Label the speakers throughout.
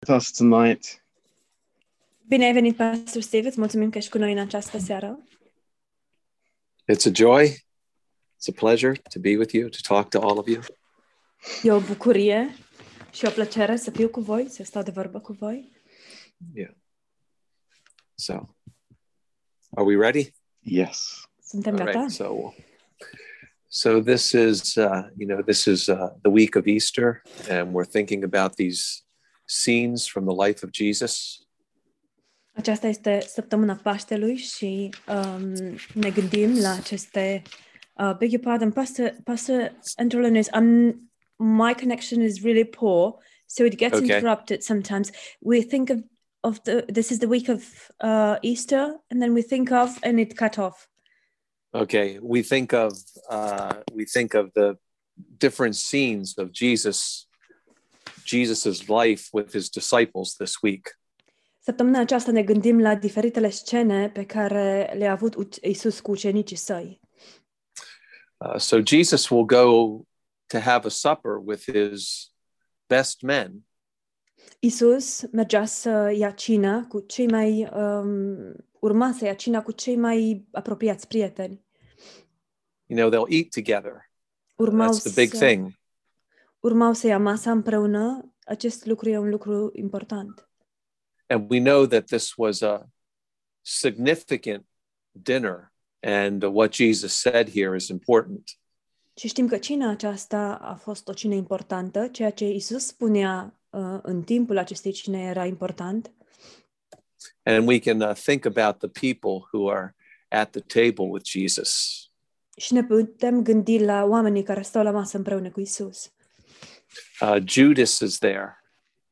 Speaker 1: with us tonight.
Speaker 2: Bine ai venit, Pastor Steve, îți mulțumim că ești cu noi în această seară.
Speaker 3: It's a joy. It's a pleasure to be with you, to talk to all of you.
Speaker 2: E o bucurie și o plăcere să fiu cu voi, să stau de vorbă cu voi.
Speaker 3: So, are we ready?
Speaker 1: Yes.
Speaker 2: Suntem
Speaker 3: All right,
Speaker 2: gata?
Speaker 3: so, so this is, uh, you know, this is uh, the week of Easter, and we're thinking about these scenes from the life of Jesus.
Speaker 2: Aceasta este săptămâna Paștelui și um, ne gândim la aceste... Uh, beg your pardon, Pastor, Pastor Androlonis, um, my connection is really poor, so it gets
Speaker 3: Okay.
Speaker 2: interrupted sometimes. We think of, of the... This is the week of uh, Easter, and then we think of, and it cut off.
Speaker 3: Okay, we think of uh, we think of the different scenes of Jesus, Jesus's life with his disciples this week.
Speaker 2: Săptămâna aceasta ne gândim la diferitele scene pe care le-a avut uc- Isus cu ucenicii săi.
Speaker 3: Uh, so Jesus will go to have a supper with his best men,
Speaker 2: Isus mergea să ia cina cu cei mai um, urma să ia cina cu cei mai apropiați prieteni.
Speaker 3: you know they'll eat together
Speaker 2: Urmau
Speaker 3: that's the big
Speaker 2: să,
Speaker 3: thing
Speaker 2: urmau să ia masa împreună. Acest lucru e un lucru important.
Speaker 3: and we know that this was a significant dinner and uh, what jesus said here is important
Speaker 2: Și știm că cina aceasta a fost o cină importantă. Ceea ce Isus spunea uh, în timpul acestei cine era important.
Speaker 3: and we can uh, think about the people who are at the table with jesus
Speaker 2: Și ne putem gândi la oamenii care stau la masă împreună cu Isus.
Speaker 3: uh, judas is there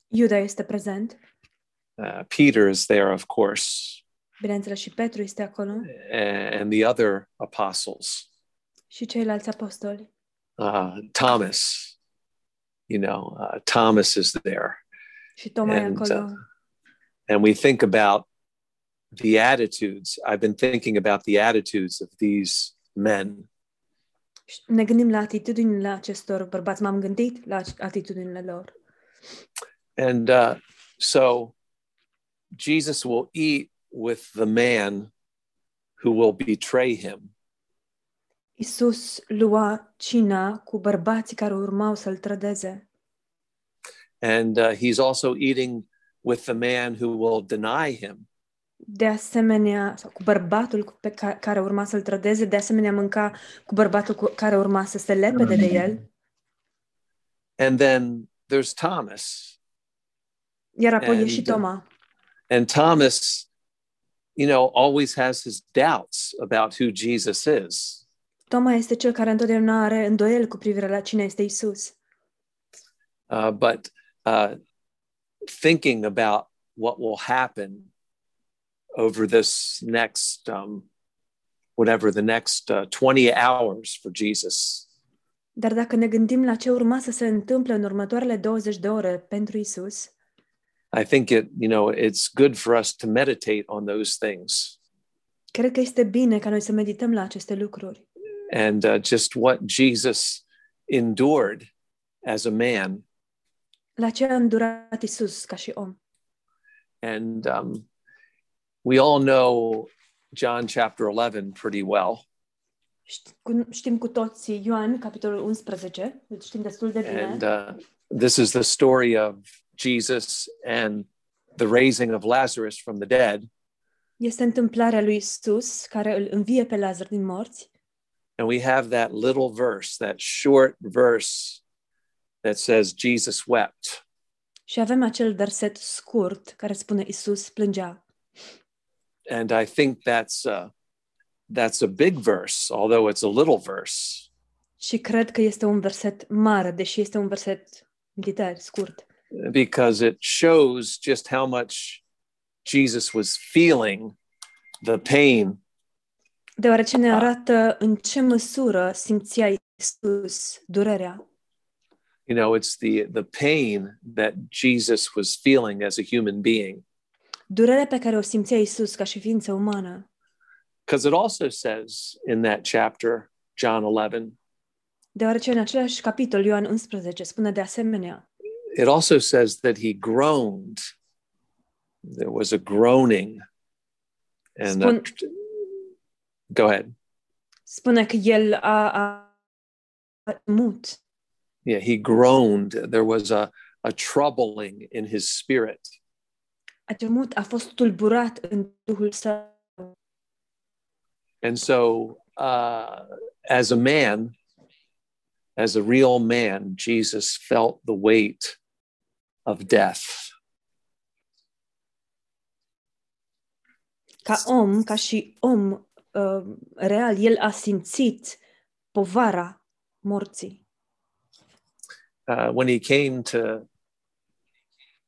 Speaker 2: Iuda este prezent,
Speaker 3: uh, peter is there of course
Speaker 2: bineînțeles și Petru este acolo
Speaker 3: and, and the other apostles
Speaker 2: și ceilalți apostoli.
Speaker 3: uh, thomas you know uh, thomas is there
Speaker 2: Și Toma e
Speaker 3: And,
Speaker 2: acolo.
Speaker 3: uh, and we think about the attitudes. I've been thinking about the attitudes of these men.
Speaker 2: Și Ne gândim la atitudinile acestor bărbați. M-am gândit la ac- atitudinile lor.
Speaker 3: And uh, so Jesus will eat with the man who will betray him.
Speaker 2: Isus lua cina cu bărbații care urmau să-l trădeze.
Speaker 3: And uh, he's also eating with the man who will deny him.
Speaker 2: De asemenea, sau cu bărbatul cu- pe ca, care urma să-l trădeze, de asemenea mânca cu bărbatul cu, care urma să se lepede de el.
Speaker 3: And then there's Thomas.
Speaker 2: Iar apoi e
Speaker 3: And,
Speaker 2: și
Speaker 3: uh,
Speaker 2: Toma.
Speaker 3: And Thomas, you know, always has his doubts about who Jesus is.
Speaker 2: Toma este cel care întotdeauna are îndoiel cu privire la cine este Isus.
Speaker 3: uh, but uh, thinking about what will happen over this next um, whatever the next uh, 20 hours for jesus
Speaker 2: Dar dacă ne gândim la ce urma să se întâmple în următoarele 20 de ore pentru Isus,
Speaker 3: i think it you know it's good for us to meditate on those things
Speaker 2: cred că este bine ca noi să medităm la aceste lucruri
Speaker 3: and uh, just what jesus endured as a man
Speaker 2: la ce a îndurat Isus ca și om.
Speaker 3: and um, we all know john chapter 11 pretty well
Speaker 2: Șt- cu- Știm cu toții Ioan, capitolul 11, îl știm destul de bine.
Speaker 3: And uh, this is the story of Jesus and the raising of Lazarus from the dead.
Speaker 2: Este întâmplarea lui Isus care îl învie pe Lazar din morți
Speaker 3: And we have that little verse, that short verse that says, Jesus wept.
Speaker 2: și avem acel verset scurt care spune Isus plângea.
Speaker 3: And I think that's, uh, that's a big verse, although it's a little verse.
Speaker 2: Și cred că este un verset mare, deși este un verset militar, scurt.
Speaker 3: because it shows just how much Jesus was feeling the pain
Speaker 2: Deoarece ne
Speaker 3: Da.
Speaker 2: arată în ce măsură simțea Isus durerea.
Speaker 3: you know it's the the pain that jesus was feeling as a human being
Speaker 2: Durerea pe care o simțea Isus ca și ființă umană.
Speaker 3: because it also says in that chapter john 11
Speaker 2: Deoarece în același capitol, Ioan 11, spune de asemenea,
Speaker 3: it also says that he groaned. There was a groaning. And uh,
Speaker 2: Spun-
Speaker 3: go ahead.
Speaker 2: Spune că el a, a, a mut.
Speaker 3: Yeah, he groaned. There was a, a troubling in his spirit.
Speaker 2: A temut, a fost tulburat în Duhul său.
Speaker 3: And so, uh, as a man, as a real man, Jesus felt the weight of death.
Speaker 2: Ca om, ca și om uh, real, el a simțit povara morții.
Speaker 3: Uh, when he came to,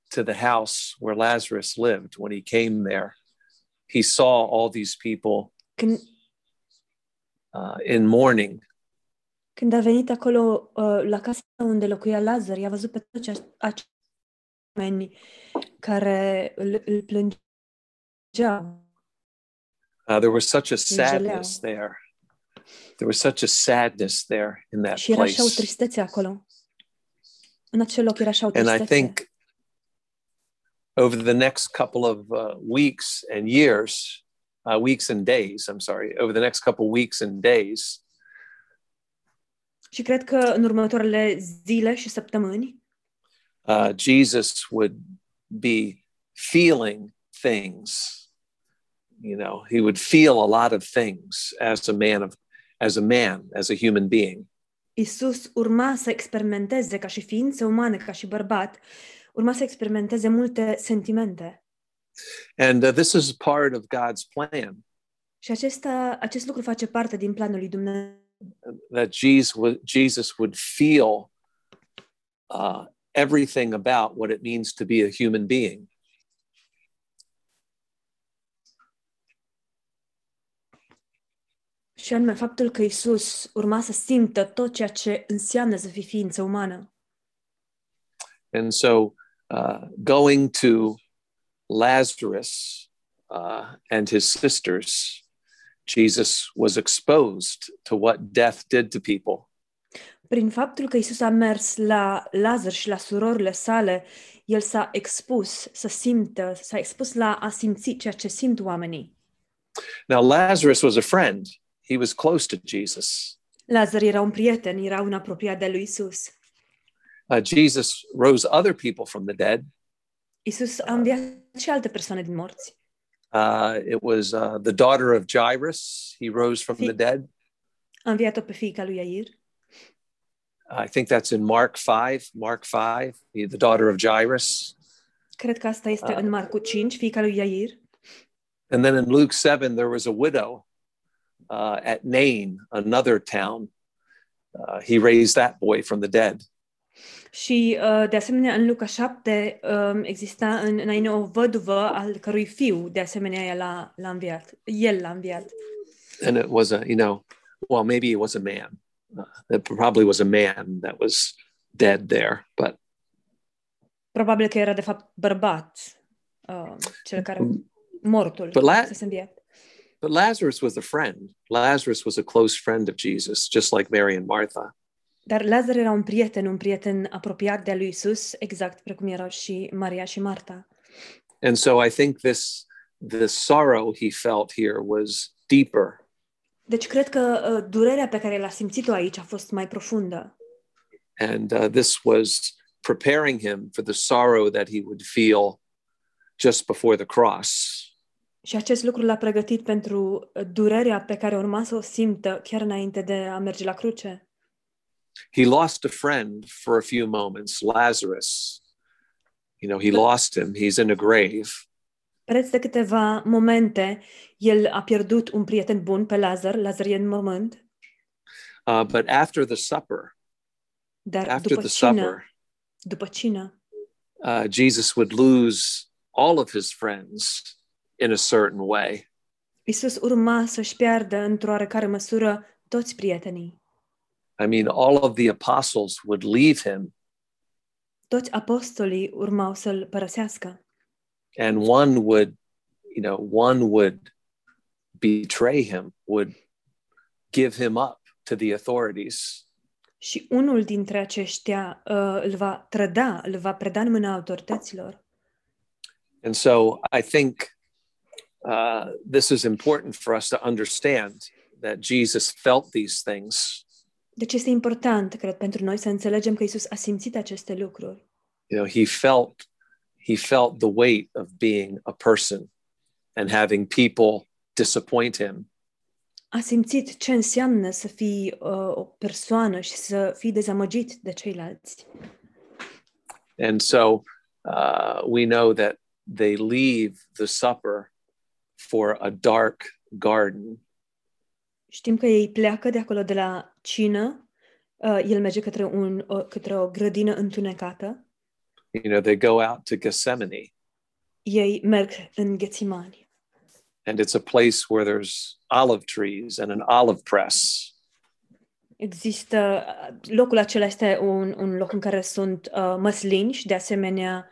Speaker 3: to the house where Lazarus lived, when he came there, he saw all these people
Speaker 2: Când,
Speaker 3: uh, in mourning.
Speaker 2: când a venit acolo uh, la casa unde locuia Lazar, i-a văzut pe toți ace- acești oameni care îl, îl plângeau.
Speaker 3: Uh, there was such a sadness there. There was such a sadness there in that
Speaker 2: Și era așa o
Speaker 3: place.
Speaker 2: tristețe acolo. În acel loc era așa o
Speaker 3: And
Speaker 2: tristețe.
Speaker 3: I think over the next couple of uh, weeks and years, uh, weeks and days, I'm sorry, over the next couple weeks and days,
Speaker 2: Și cred că în următoarele zile și săptămâni,
Speaker 3: uh, Jesus would be feeling things. You know, he would feel a lot of things as a man of, as a man, as a human being.
Speaker 2: Isus urma să experimenteze ca și ființă umană, ca și bărbat, urma să experimenteze multe sentimente.
Speaker 3: And uh, this is part of God's plan
Speaker 2: Și acesta, acest lucru face parte din planul lui Dumnezeu,
Speaker 3: that Jesus would, Jesus would feel uh, everything about what it means to be a human being.
Speaker 2: și anume faptul că Isus urma să simtă tot ceea ce înseamnă să fii ființă umană.
Speaker 3: And so uh, going to Lazarus uh, and his sisters, Jesus was exposed to what death did to people.
Speaker 2: Prin faptul că Isus a mers la Lazar și la surorile sale, el s-a expus să simtă, s-a expus la a simți ceea ce simt oamenii.
Speaker 3: Now, Lazarus was a friend, he was close to Jesus.
Speaker 2: Lazar era un prieten, era un apropiat de lui Isus.
Speaker 3: Uh, Jesus rose other people from the dead.
Speaker 2: Isus a înviat și alte persoane din morți.
Speaker 3: Uh, it was uh, the daughter of Jairus, he rose from the dead.
Speaker 2: A înviat-o pe fiica lui Iair.
Speaker 3: I think that's in Mark 5, Mark 5, the the daughter of Jairus.
Speaker 2: Cred că asta este
Speaker 3: Ah.
Speaker 2: în Marcu 5, fiica lui Iair.
Speaker 3: And then in Luke 7, there was a widow uh, at Nain, another town. Uh, he raised that boy from the dead.
Speaker 2: Și, uh, de asemenea, în Luca 7 um, exista în, înainte o văduvă al cărui fiu, de asemenea, el l-a, l-a înviat. El l-a înviat.
Speaker 3: And it was a, you know, well, maybe it was a man. Uh, it probably was a man that was dead there. But
Speaker 2: Probabil că era, de fapt, bărbat, uh, cel care mortul
Speaker 3: But la-
Speaker 2: să se învia.
Speaker 3: but Lazarus was a friend. Lazarus was a close friend of Jesus, just like Mary and Martha.
Speaker 2: Dar Lazar era un prieten, un prieten apropiat de lui Isus, exact precum erau și Maria și Marta.
Speaker 3: And so I think this this sorrow he felt here was deeper.
Speaker 2: Deci cred că uh, durerea pe care l-a simțit-o aici a fost mai profundă
Speaker 3: and uh, this was preparing him for the sorrow that he would feel just before the cross.
Speaker 2: și acest lucru l-a pregătit pentru uh, durerea pe care urma să o simtă chiar înainte de a merge la cruce.
Speaker 3: He lost a friend for a few moments, Lazarus. You know, he lost him. He's in a grave.
Speaker 2: Preț de câteva momente, el a pierdut un prieten bun pe Lazar, Lazar e în mormânt,
Speaker 3: Uh, but after the supper,
Speaker 2: dar
Speaker 3: after
Speaker 2: după
Speaker 3: the
Speaker 2: cină,
Speaker 3: supper,
Speaker 2: după cină,
Speaker 3: uh, Jesus would lose all of his friends in a certain way.
Speaker 2: Isus urma să-și piardă într-o oarecare măsură toți prietenii.
Speaker 3: I mean, all of the apostles would leave him,
Speaker 2: Toți apostolii urmau să-l părăsească
Speaker 3: and one would, you know, one would betray him, would give him up to the authorities.
Speaker 2: și unul dintre aceștia uh, îl va trăda, îl va preda în mâna autorităților.
Speaker 3: And so I think uh, this is important for us to understand that Jesus felt these things.
Speaker 2: Deci este important, cred, pentru noi să înțelegem că Isus a simțit aceste lucruri.
Speaker 3: You know, he felt he felt the weight of being a person and having people disappoint him.
Speaker 2: A simțit ce înseamnă să fii uh, o persoană și să fii dezamăgit de ceilalți.
Speaker 3: And so uh, we know that they leave the supper for a dark garden.
Speaker 2: Știm că ei pleacă de acolo de la cină, uh, el merge către, un, o, către o grădină întunecată,
Speaker 3: You know, they go out to Gethsemane,
Speaker 2: ei merg în Ghețimani
Speaker 3: and it's a place where there's olive trees and an olive press.
Speaker 2: Există, locul acela este un, un loc în care sunt uh, măslini și de asemenea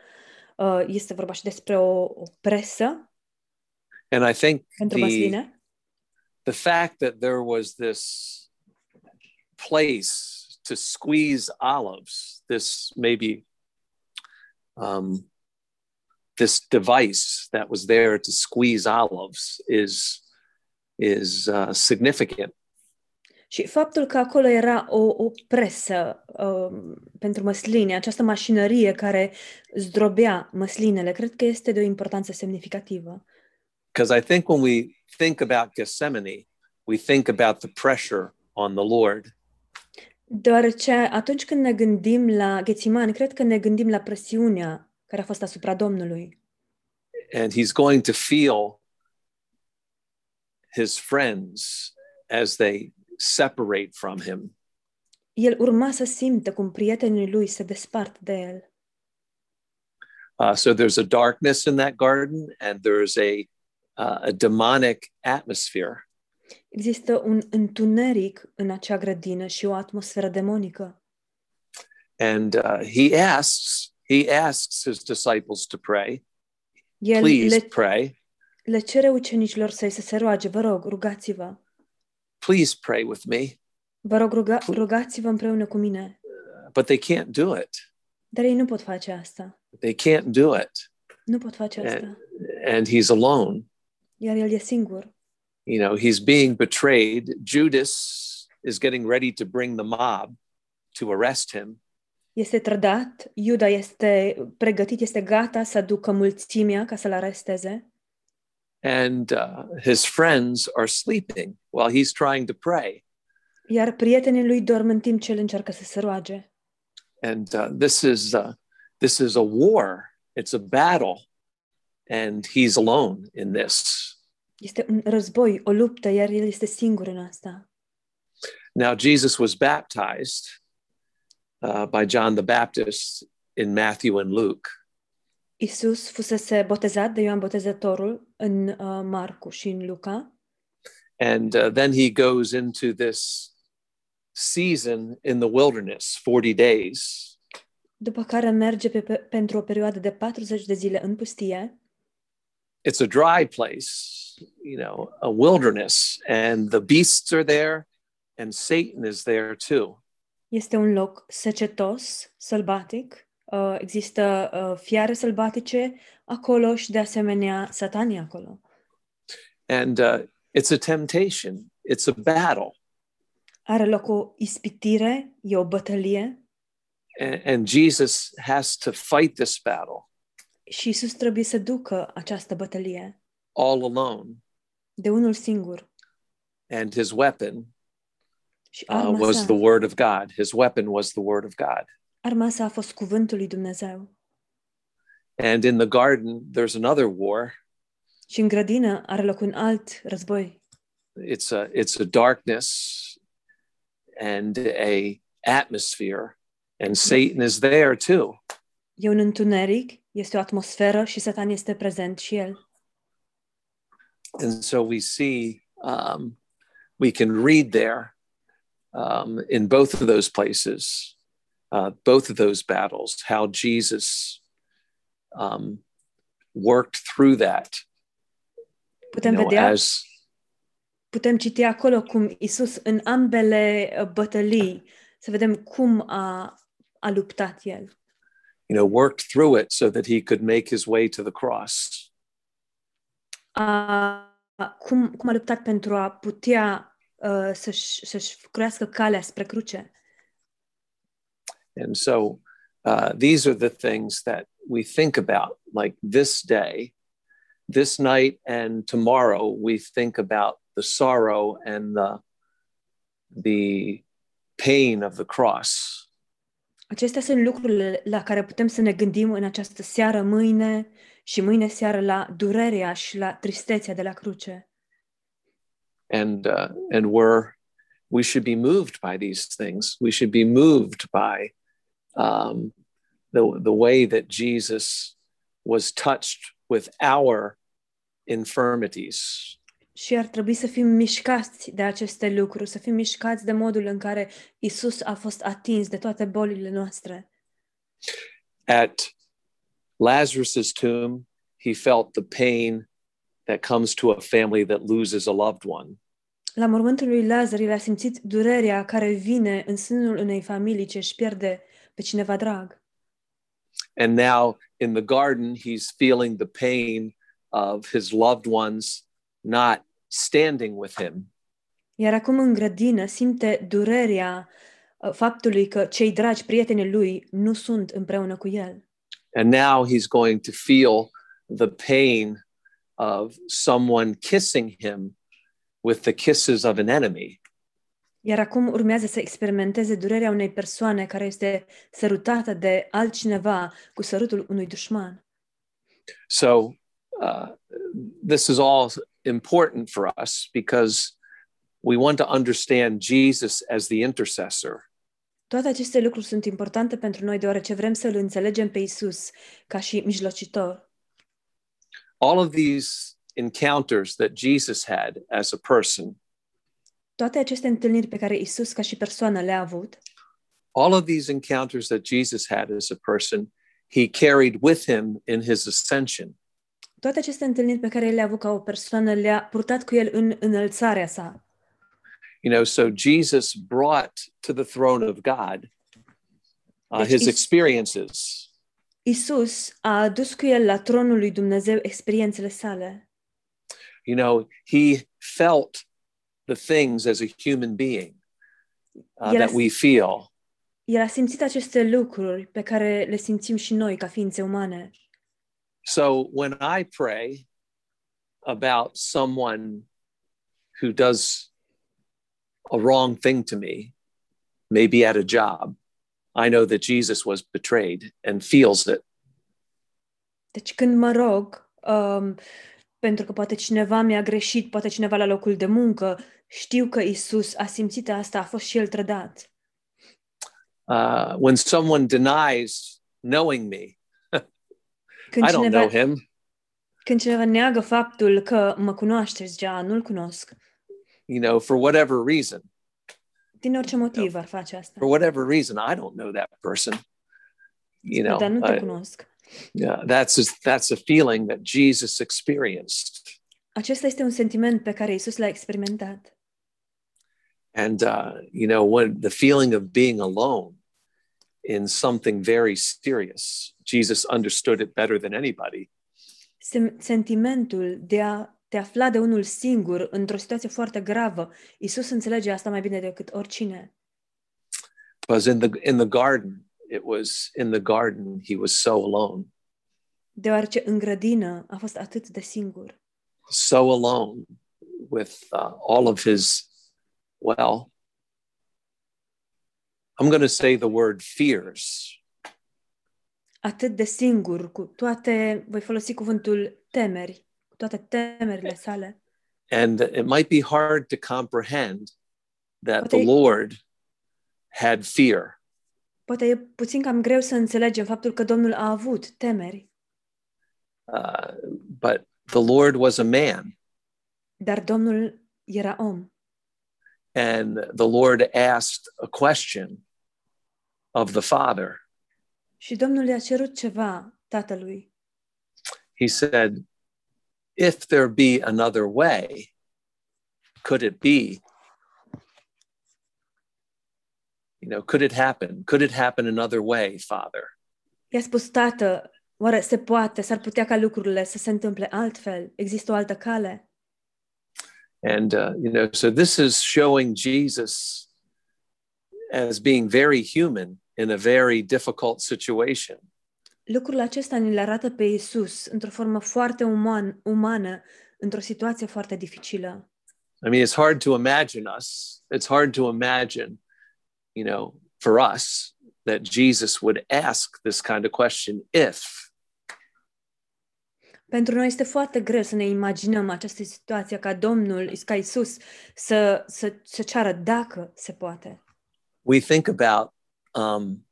Speaker 2: uh, este vorba și despre o, o presă
Speaker 3: And I think
Speaker 2: pentru
Speaker 3: the-
Speaker 2: măsline.
Speaker 3: the fact that there was this place to squeeze olives, this maybe um, this device that was there to squeeze olives is is uh, significant.
Speaker 2: Și faptul că acolo era o, o presă uh, pentru măsline, această mașinărie care zdrobea măslinele, cred că este de o importanță semnificativă.
Speaker 3: Because I think when we think about Gethsemane, we think about the pressure on the Lord,
Speaker 2: Deoarece atunci când ne gândim la Ghețimani, cred că ne gândim la presiunea care a fost asupra Domnului.
Speaker 3: and He's going to feel His friends as they separate from Him.
Speaker 2: El urma să simtă cum prietenii lui se despart de el.
Speaker 3: Uh, so there's a darkness in that garden, and there's a uh, a demonic atmosphere.
Speaker 2: Există un întuneric în acea grădină și o atmosferă demonică.
Speaker 3: And uh, he asks he asks his disciples to pray.
Speaker 2: El
Speaker 3: Please
Speaker 2: le,
Speaker 3: pray.
Speaker 2: le cere ucenicilor săi să se roage, vă rog, rugați-vă.
Speaker 3: Please pray with me.
Speaker 2: Vă rog, ruga, rugați-vă împreună cu mine.
Speaker 3: But they can't do it.
Speaker 2: Dar ei nu pot face asta.
Speaker 3: They can't do it.
Speaker 2: Nu pot face
Speaker 3: Eh.
Speaker 2: asta.
Speaker 3: And he's alone.
Speaker 2: Iar el e singur.
Speaker 3: You know, he's being betrayed. Judas is getting ready to bring the mob to arrest him.
Speaker 2: Este trădat, Iuda este pregătit, este gata să ducă mulțimea ca să-l aresteze.
Speaker 3: And uh, his friends are sleeping while he's trying to pray.
Speaker 2: Iar prietenii lui dorm în timp ce el încearcă să se roage.
Speaker 3: and uh, this is uh, this is a war it's a battle and he's alone in this
Speaker 2: Este un război, o luptă, iar el este singur în asta.
Speaker 3: now jesus was baptized uh, by john the baptist in matthew and luke
Speaker 2: Isus fusese botezat de Ioan Botezătorul în uh, Marcu și în Luca
Speaker 3: and uh, then he goes into this season in the wilderness 40 days
Speaker 2: după care merge pe, pe, pentru o perioadă de 40 de zile în pustie.
Speaker 3: it's a dry place you know a wilderness and the beasts are there and satan is there too
Speaker 2: Este un loc secetos, sălbatic, uh, există uh, fiare sălbatice acolo și de asemenea satanii acolo.
Speaker 3: and uh, it's a temptation it's a battle
Speaker 2: Are loc o ispitire, e o bătălie
Speaker 3: and, and jesus has to fight this battle
Speaker 2: și Isus trebuie să ducă această bătălie
Speaker 3: all alone
Speaker 2: de unul singur.
Speaker 3: and his weapon
Speaker 2: Și
Speaker 3: uh,
Speaker 2: arma
Speaker 3: was
Speaker 2: sa,
Speaker 3: the word of god his weapon was the word of god
Speaker 2: arma sa a fost cuvântul lui Dumnezeu.
Speaker 3: and in the garden there's another war
Speaker 2: Și în grădină are loc un alt război.
Speaker 3: it's a it's a darkness and a atmosphere and satan is there too
Speaker 2: E un întuneric, este o atmosferă și satan este prezent și el.
Speaker 3: and so we see um, we can read there um, in both of those places uh, both of those battles how jesus um, worked through that you
Speaker 2: Putem
Speaker 3: know,
Speaker 2: vedea,
Speaker 3: as
Speaker 2: putem citi acolo cum Isus în ambele uh, bătălii să vedem cum a, a luptat el.
Speaker 3: you know, worked through it so that he could make his way to the cross.
Speaker 2: A, cum, cum a luptat pentru a putea uh, să-și, să-și crească calea spre cruce.
Speaker 3: And so uh, these are the things that we think about, like this day, this night, and tomorrow. We think about the sorrow and the, the pain of the cross.
Speaker 2: Acestea sunt lucrurile la care putem să ne gândim în această seară, mâine și mâine seară la durerea și la tristețea de la cruce.
Speaker 3: And, uh, and we're, we should be moved by these things. We should be moved by um, the, the way that Jesus was touched with our infirmities.
Speaker 2: Și ar trebui să fim mișcați de aceste lucruri, să fim mișcați de modul în care Isus a fost atins de toate bolile noastre.
Speaker 3: at Lazarus's tomb, he felt the pain that comes to a family that loses a loved one.
Speaker 2: La mormântul lui Lazar, el a simțit durerea care vine în sânul unei familii ce își pierde pe cineva drag.
Speaker 3: And now in the garden, he's feeling the pain of his loved ones not standing with him.
Speaker 2: Iar acum în grădină simte durerea uh, faptului că cei dragi prietenii lui nu sunt împreună cu el.
Speaker 3: And now he's going to feel the pain of someone kissing him with the kisses of an enemy.
Speaker 2: Iar acum urmează să experimenteze durerea unei persoane care este sărutată de altcineva cu sărutul unui dușman.
Speaker 3: So uh, this is all important for us because we want to understand Jesus as the intercessor.
Speaker 2: Toate aceste lucruri sunt importante pentru noi deoarece vrem să-L înțelegem pe Isus ca și mijlocitor.
Speaker 3: All of these encounters that Jesus had as a person,
Speaker 2: Toate aceste întâlniri pe care Isus ca și persoană le-a avut,
Speaker 3: all of these encounters that Jesus had as a person, he carried with him in his ascension.
Speaker 2: toate aceste întâlniri pe care le-a avut ca o persoană le-a purtat cu El în înălțarea sa.
Speaker 3: You know, so Jesus brought to the throne of God uh,
Speaker 2: Deci
Speaker 3: his
Speaker 2: is-
Speaker 3: experiences.
Speaker 2: Isus a adus cu El la tronul lui Dumnezeu experiențele sale.
Speaker 3: you know he felt the things as a human being uh,
Speaker 2: Yes.
Speaker 3: that we feel
Speaker 2: El a simțit aceste lucruri pe care le simțim și noi ca ființe umane.
Speaker 3: so when i pray about someone who does a wrong thing to me maybe at a job i know that jesus was betrayed and feels it
Speaker 2: Deci când mă rog, um, pentru că poate cineva mi-a greșit, poate cineva la locul de muncă, știu că Isus a simțit asta, a fost și el trădat.
Speaker 3: uh, when someone denies knowing me
Speaker 2: Când
Speaker 3: i don't know
Speaker 2: cineva,
Speaker 3: him
Speaker 2: când cineva neagă faptul că mă cunoaște, zicea, nu-l cunosc,
Speaker 3: you know for whatever reason
Speaker 2: din orice motiv ar face asta.
Speaker 3: for whatever reason i don't know that person you know
Speaker 2: Dar Da, nu
Speaker 3: I-
Speaker 2: te cunosc.
Speaker 3: Yeah, that's a, that's a feeling that Jesus experienced,
Speaker 2: Acesta este un sentiment pe care Isus l-a experimentat.
Speaker 3: and uh, you know when the feeling of being alone in something very serious, Jesus understood it better than anybody.
Speaker 2: Sem- sentimentul de a te afla de unul singur într-o situație foarte gravă, Isus înțelege asta mai bine decât oricine.
Speaker 3: Because in the in the garden, it was in the garden he was so alone,
Speaker 2: deoarece în grădină a fost atât de singur,
Speaker 3: so alone with uh, all of his. Well, I'm going to say the word fears.
Speaker 2: atât de singur cu toate, voi folosi cuvântul temeri, cu toate temerile sale.
Speaker 3: And it might be hard to comprehend that
Speaker 2: But
Speaker 3: the
Speaker 2: they-
Speaker 3: Lord had fear.
Speaker 2: Poate e puțin cam greu să înțelegem faptul că Domnul a avut temeri,
Speaker 3: Uh, but the Lord was a man,
Speaker 2: dar Domnul era om
Speaker 3: and the Lord asked a question of the Father.
Speaker 2: și Domnul i-a cerut ceva tatălui.
Speaker 3: He said, If there be another way, could it be? You know, could it happen? Could it happen another way, Father?
Speaker 2: I-a spus, tată, oare se poate, s-ar putea ca lucrurile să se întâmple altfel? Există o altă cale?
Speaker 3: And, uh, you know, so this is showing Jesus as being very human in a very difficult situation.
Speaker 2: Lucrul acesta ni le arată pe Isus într-o formă foarte uman, umană, într-o situație foarte dificilă.
Speaker 3: I mean, it's hard to imagine us. It's hard to imagine, you know, for us that Jesus would ask this kind of question if.
Speaker 2: Pentru noi este foarte greu să ne imaginăm această situație ca Domnul, ca Isus, să, să, să ceară dacă se poate.
Speaker 3: We think about, um,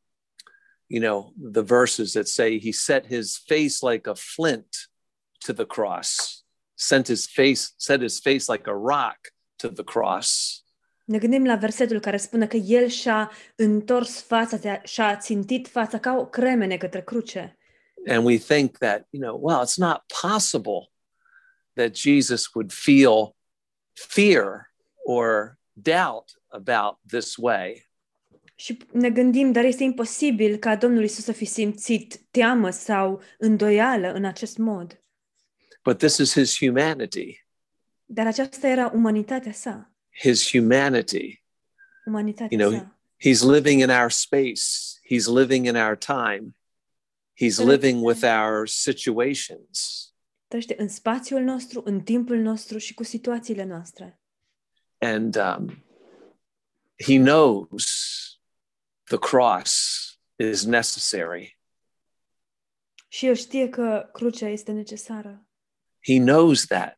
Speaker 3: you know, the verses that say he set his face like a flint to the cross, sent his face, set his face like a rock to the cross.
Speaker 2: Ne gândim la versetul care spune că El și-a întors fața și-a țintit fața ca o cremene către cruce.
Speaker 3: and we think that you know well it's not possible that jesus would feel fear or doubt about this way
Speaker 2: Și ne gândim, dar este imposibil ca Domnul Isus să fi simțit teamă sau îndoială în acest mod.
Speaker 3: but this is his humanity
Speaker 2: Dar aceasta era umanitatea sa.
Speaker 3: his humanity
Speaker 2: Umanitatea
Speaker 3: You know,
Speaker 2: sa.
Speaker 3: he's living in our space he's living in our time he's
Speaker 2: Correct.
Speaker 3: living with our situations
Speaker 2: Trăiește în spațiul nostru, în timpul nostru și cu situațiile noastre.
Speaker 3: and um, he knows the cross is necessary
Speaker 2: Și El știe că crucea este necesară.
Speaker 3: He knows that.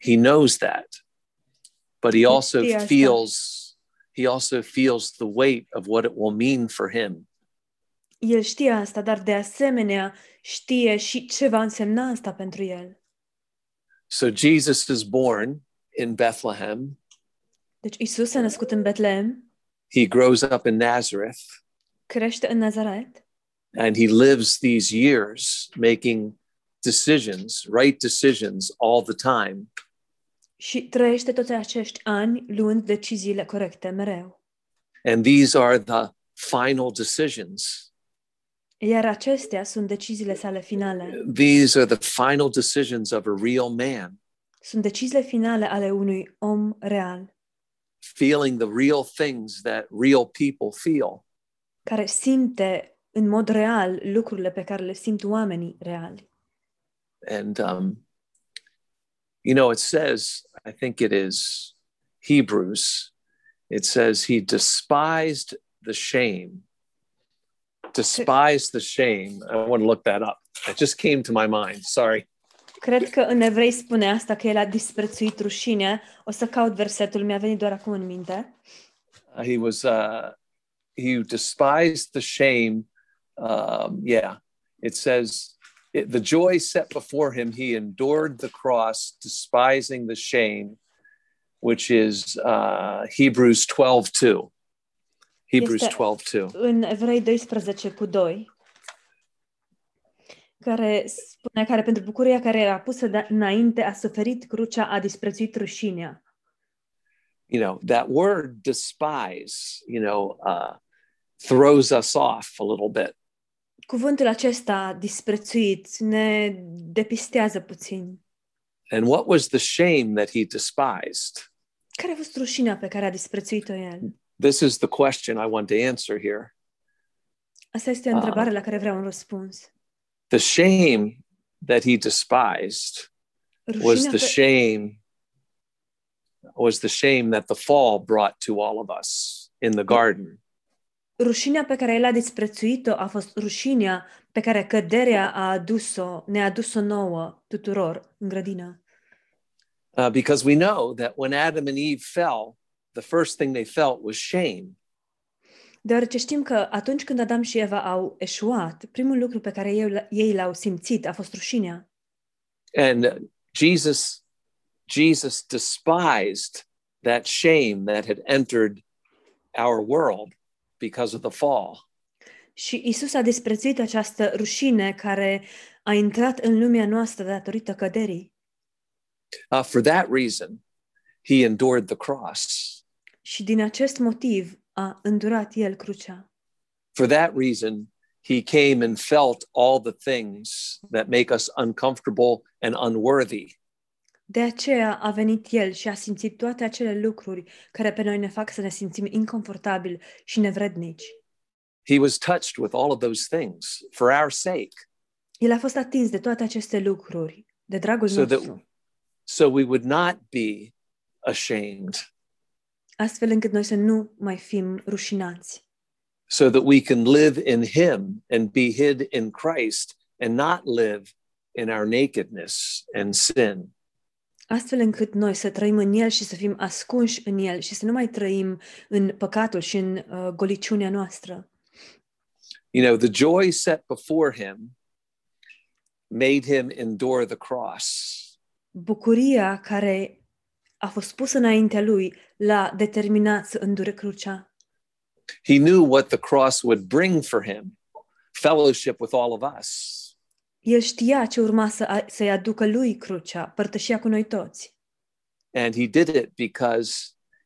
Speaker 3: He knows that. But he also
Speaker 2: Yeah, I saw.
Speaker 3: feels he also feels the weight of what it will mean for him.
Speaker 2: El știe asta, dar de asemenea știe și ce va însemna asta pentru El.
Speaker 3: So Jesus is born in Bethlehem.
Speaker 2: Deci Isus s-a născut în Betlehem,
Speaker 3: He grows up in Nazareth
Speaker 2: crește în Nazaret
Speaker 3: and he lives these years making decisions, right decisions all the time.
Speaker 2: și trăiește toți acești ani luând deciziile corecte mereu.
Speaker 3: And these are the final decisions.
Speaker 2: Iar acestea sunt deciziile sale finale.
Speaker 3: These are the final decisions of a real man.
Speaker 2: Sunt deciziile finale ale unui om real,
Speaker 3: feeling the real things that real people feel.
Speaker 2: care simte în mod real lucrurile pe care le simt oamenii reali.
Speaker 3: And, um, you know, it says, I think it is Hebrews, it says, He despised the shame. Despised the shame. I want to look that up. It just came to my mind. Sorry.
Speaker 2: Cred că în evrei spune asta, că el a disprețuit rușinea. O să caut versetul, mi-a venit doar acum în minte.
Speaker 3: Uh, he was, uh, he despised the shame. Um, yeah. It says, it, the joy set before him, he endured the cross, despising the shame, which is uh, Hebrews 12 2. Hebrews
Speaker 2: Yes, sir.
Speaker 3: 12 2.
Speaker 2: În evrei 12 cu 2, care spune, care pentru bucuria care era pusă de- înainte a suferit crucea, a disprețuit rușinea.
Speaker 3: You know, that word despise, you know, uh, throws us off a little bit.
Speaker 2: Cuvântul acesta disprețuit ne depistează puțin.
Speaker 3: And what was the shame that he despised?
Speaker 2: Care a fost rușinea pe care a disprețuit-o el?
Speaker 3: This is the question I want to answer here.
Speaker 2: Asta este o
Speaker 3: Ah.
Speaker 2: întrebare la care vreau un răspuns.
Speaker 3: the shame that he despised was
Speaker 2: Rușinea
Speaker 3: the
Speaker 2: pe,
Speaker 3: shame was the shame that the fall brought to all of us in the garden
Speaker 2: rușinea pe care el a disprețuit-o a fost rușinea pe care căderea a adus-o, ne-a adus-o nouă tuturor în grădină.
Speaker 3: Uh, because we know that when adam and eve fell the first thing they felt was shame
Speaker 2: Deoarece știm că atunci când Adam și Eva au eșuat, primul lucru pe care eu- ei l-au simțit a fost rușinea.
Speaker 3: and uh, jesus jesus despised that shame that had entered our world because of the fall
Speaker 2: Și Isus a disprețuit această rușine care a intrat în lumea noastră datorită căderii.
Speaker 3: Uh, for that reason he endured the cross
Speaker 2: Și din acest motiv, a îndurat el crucea.
Speaker 3: For that reason, he came and felt all the things that make us uncomfortable and unworthy.
Speaker 2: De aceea a venit el și a simțit toate acele lucruri care pe noi ne fac să ne simțim inconfortabili și nevrednici.
Speaker 3: He was touched with all of those things for our sake,
Speaker 2: El a fost atins de toate aceste lucruri, de dragul
Speaker 3: so that
Speaker 2: nostru,
Speaker 3: so we would not be ashamed,
Speaker 2: astfel încât noi să nu mai fim rușinați,
Speaker 3: so that we can live in him and be hid in Christ and not live in our nakedness and sin.
Speaker 2: astfel încât noi să trăim în el și să fim ascunși în el și să nu mai trăim în păcatul și în uh, goliciunea noastră.
Speaker 3: You know, the joy set before him made him endure the cross.
Speaker 2: Bucuria care a fost pusă înaintea lui l-a determinat să îndure crucea.
Speaker 3: He knew what the cross would bring for him fellowship with all of us.
Speaker 2: El știa ce urma să, să-i aducă lui crucea, părtășia cu noi toți.
Speaker 3: And he did it because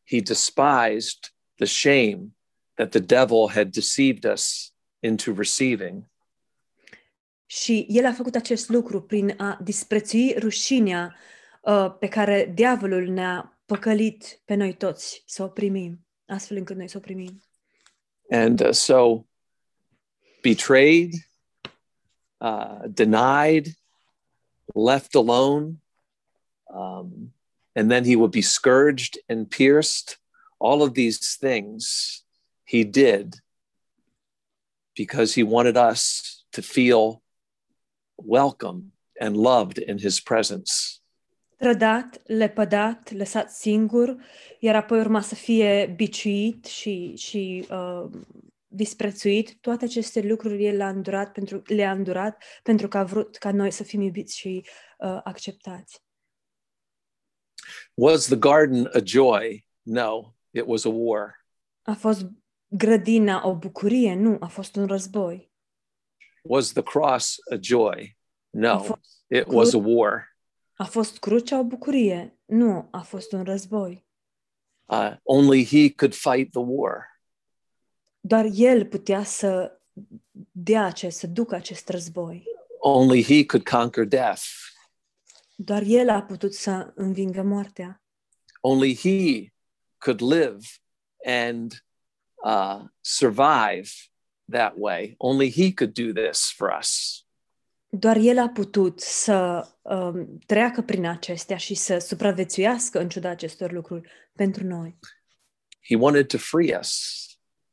Speaker 3: he despised the shame that the devil had deceived us into receiving.
Speaker 2: Și el a făcut acest lucru prin a disprețui rușinea uh, pe care diavolul ne-a păcălit pe noi toți să o primim, astfel încât noi să o primim.
Speaker 3: And uh, so, betrayed, uh, denied, left alone, um, and then he would be scourged and pierced. All of these things he did because he wanted us to feel welcome and loved in his presence.
Speaker 2: Trădat, lepădat, lăsat singur, iar apoi urma să fie biciuit și, și uh, disprețuit. Toate aceste lucruri el le-a îndurat, pentru, le-a îndurat pentru că a vrut ca noi să fim iubiți și uh, acceptați.
Speaker 3: Was the garden a joy? No, it was a war.
Speaker 2: A fost grădina o bucurie? Nu, a fost un război.
Speaker 3: Was the cross a
Speaker 2: A
Speaker 3: joy? No,
Speaker 2: fost,
Speaker 3: it was a war.
Speaker 2: a fost crucea o bucurie? Nu, a fost un război.
Speaker 3: Uh, only he could fight the war.
Speaker 2: Doar el putea să dea acest, să ducă acest război.
Speaker 3: Only he could conquer death.
Speaker 2: Doar el a putut să învingă moartea.
Speaker 3: Only he could live and uh, survive that way. Only he could do this for us.
Speaker 2: doar el a putut să um, treacă prin acestea și să supraviețuiască în ciuda acestor lucruri pentru noi.
Speaker 3: He wanted to free us.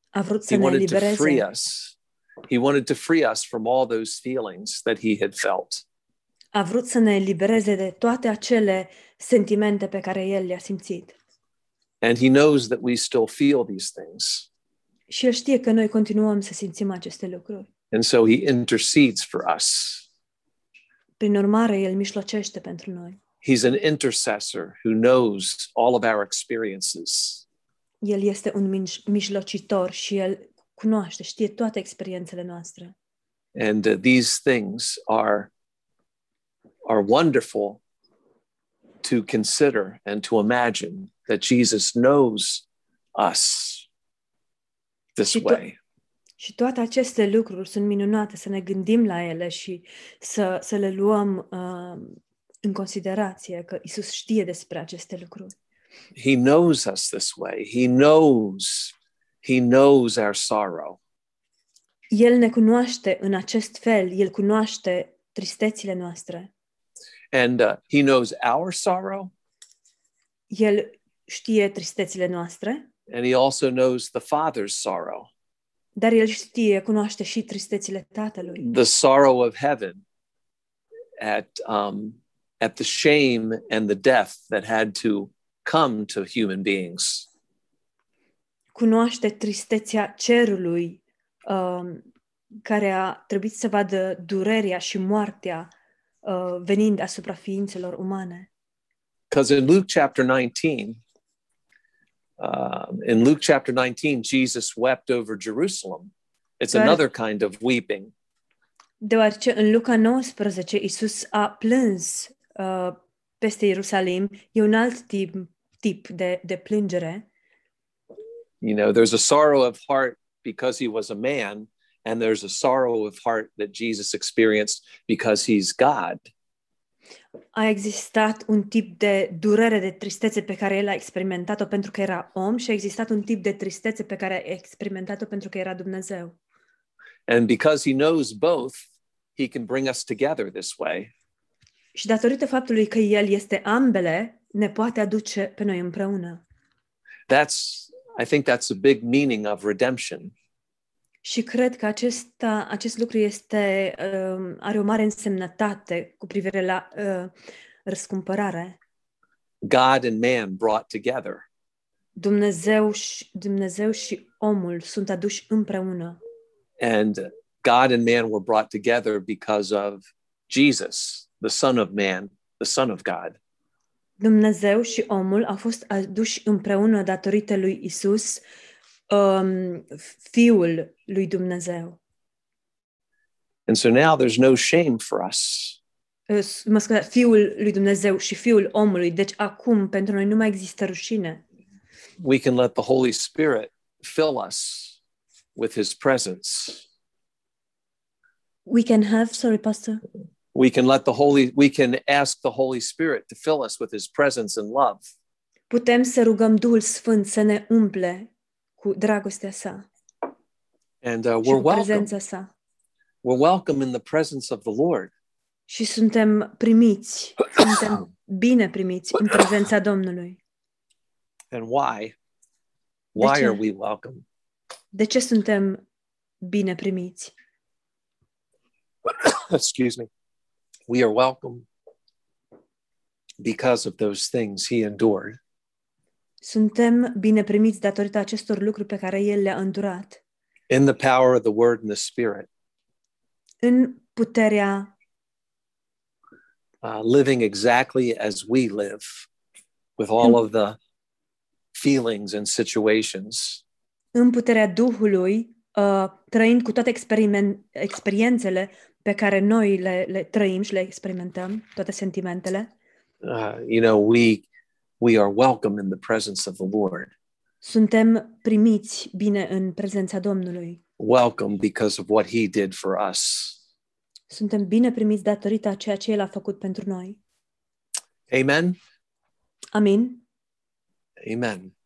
Speaker 2: A vrut să
Speaker 3: He
Speaker 2: ne
Speaker 3: wanted to free
Speaker 2: elibereze.
Speaker 3: us. He wanted to free us from all those feelings that he had felt.
Speaker 2: A vrut să ne elibereze de toate acele sentimente pe care el le-a simțit.
Speaker 3: And he knows that we still feel these things.
Speaker 2: Și el știe că noi continuăm să simțim aceste lucruri.
Speaker 3: And so he intercedes for us.
Speaker 2: Prin urmare, el mijlocește pentru noi.
Speaker 3: He's an intercessor who knows all of our experiences.
Speaker 2: El este un mij- mijlocitor și el cunoaște, știe toate experiențele noastre.
Speaker 3: And uh, these things are, are wonderful to consider and to imagine that Jesus knows us this
Speaker 2: Și to-
Speaker 3: way.
Speaker 2: Și toate aceste lucruri sunt minunate să ne gândim la ele și să, să le luăm uh, în considerație că Isus știe despre aceste lucruri.
Speaker 3: He knows us this way. He knows. He knows our sorrow.
Speaker 2: El ne cunoaște în acest fel, El cunoaște tristețile noastre.
Speaker 3: And uh, He knows our sorrow.
Speaker 2: El știe tristețile noastre,
Speaker 3: And He also knows the Father's sorrow,
Speaker 2: dar El știe, cunoaște și tristețile Tatălui.
Speaker 3: the sorrow of heaven at, um, at the shame and the death that had to come to human beings.
Speaker 2: Cunoaște tristețea cerului uh, care a trebuit să vadă durerea și moartea uh, venind asupra ființelor umane.
Speaker 3: Because in Luke chapter 19, um, in Luke chapter 19, Jesus wept over Jerusalem. It's
Speaker 2: Right.
Speaker 3: another kind of weeping.
Speaker 2: Deoarece în Luca 19 Isus a plâns uh, peste Ierusalim, e un alt tip, tip de, de plângere,
Speaker 3: You know, there's a sorrow of heart because he was a man, and there's a sorrow of heart that Jesus experienced because he's God.
Speaker 2: A existat un tip de durere, de tristețe pe care el a experimentat-o pentru că era om și a existat un tip de tristețe pe care a experimentat-o pentru că era Dumnezeu.
Speaker 3: And because he knows both, he can bring us together this way.
Speaker 2: Și datorită faptului că el este ambele, ne poate aduce pe noi împreună.
Speaker 3: That's, I think, that's a big meaning of redemption.
Speaker 2: Și cred că acesta, acest lucru este, um, are o mare însemnătate cu privire la uh, răscumpărare.
Speaker 3: God and man brought together.
Speaker 2: Dumnezeu și, Dumnezeu și omul sunt aduși împreună.
Speaker 3: And God and man were brought together because of Jesus, the Son of Man, the Son of God.
Speaker 2: Dumnezeu și omul au fost aduși împreună datorită lui Isus, um, fiul lui Dumnezeu.
Speaker 3: And so now there's no shame for us.
Speaker 2: Uh, Mă scuzați, fiul lui Dumnezeu și fiul omului. Deci acum pentru noi nu mai există rușine.
Speaker 3: We can let the Holy Spirit fill us with his presence.
Speaker 2: We can have, sorry, pastor.
Speaker 3: We can let the Holy, we can ask the Holy Spirit to fill us with his presence and love.
Speaker 2: Putem să rugăm Duhul Sfânt să ne umple cu dragostea sa
Speaker 3: And uh,
Speaker 2: și
Speaker 3: we're
Speaker 2: cu
Speaker 3: welcome.
Speaker 2: prezența sa.
Speaker 3: We're welcome in the presence of the Lord.
Speaker 2: Și suntem primiți, suntem bine primiți în prezența Domnului.
Speaker 3: And why? Why
Speaker 2: ce?
Speaker 3: are we welcome?
Speaker 2: De ce suntem bine primiți?
Speaker 3: Excuse me. We are welcome because of those things he endured.
Speaker 2: Suntem bine primiți datorită acestor lucruri pe care El le-a îndurat.
Speaker 3: in the power of the word and the spirit,
Speaker 2: În puterea,
Speaker 3: uh, living exactly as we live with all of the feelings and situations.
Speaker 2: în puterea Duhului, uh, trăind cu toate experimen- experiențele pe care noi le, le trăim și le experimentăm, toate sentimentele,
Speaker 3: Uh, you know, we we are welcome in the presence of the Lord.
Speaker 2: suntem primiți bine în prezența Domnului.
Speaker 3: Welcome because of what he did for us.
Speaker 2: Suntem bine primiți datorită a ceea ce El a făcut pentru noi.
Speaker 3: Amen.
Speaker 2: Amin.
Speaker 3: Amen.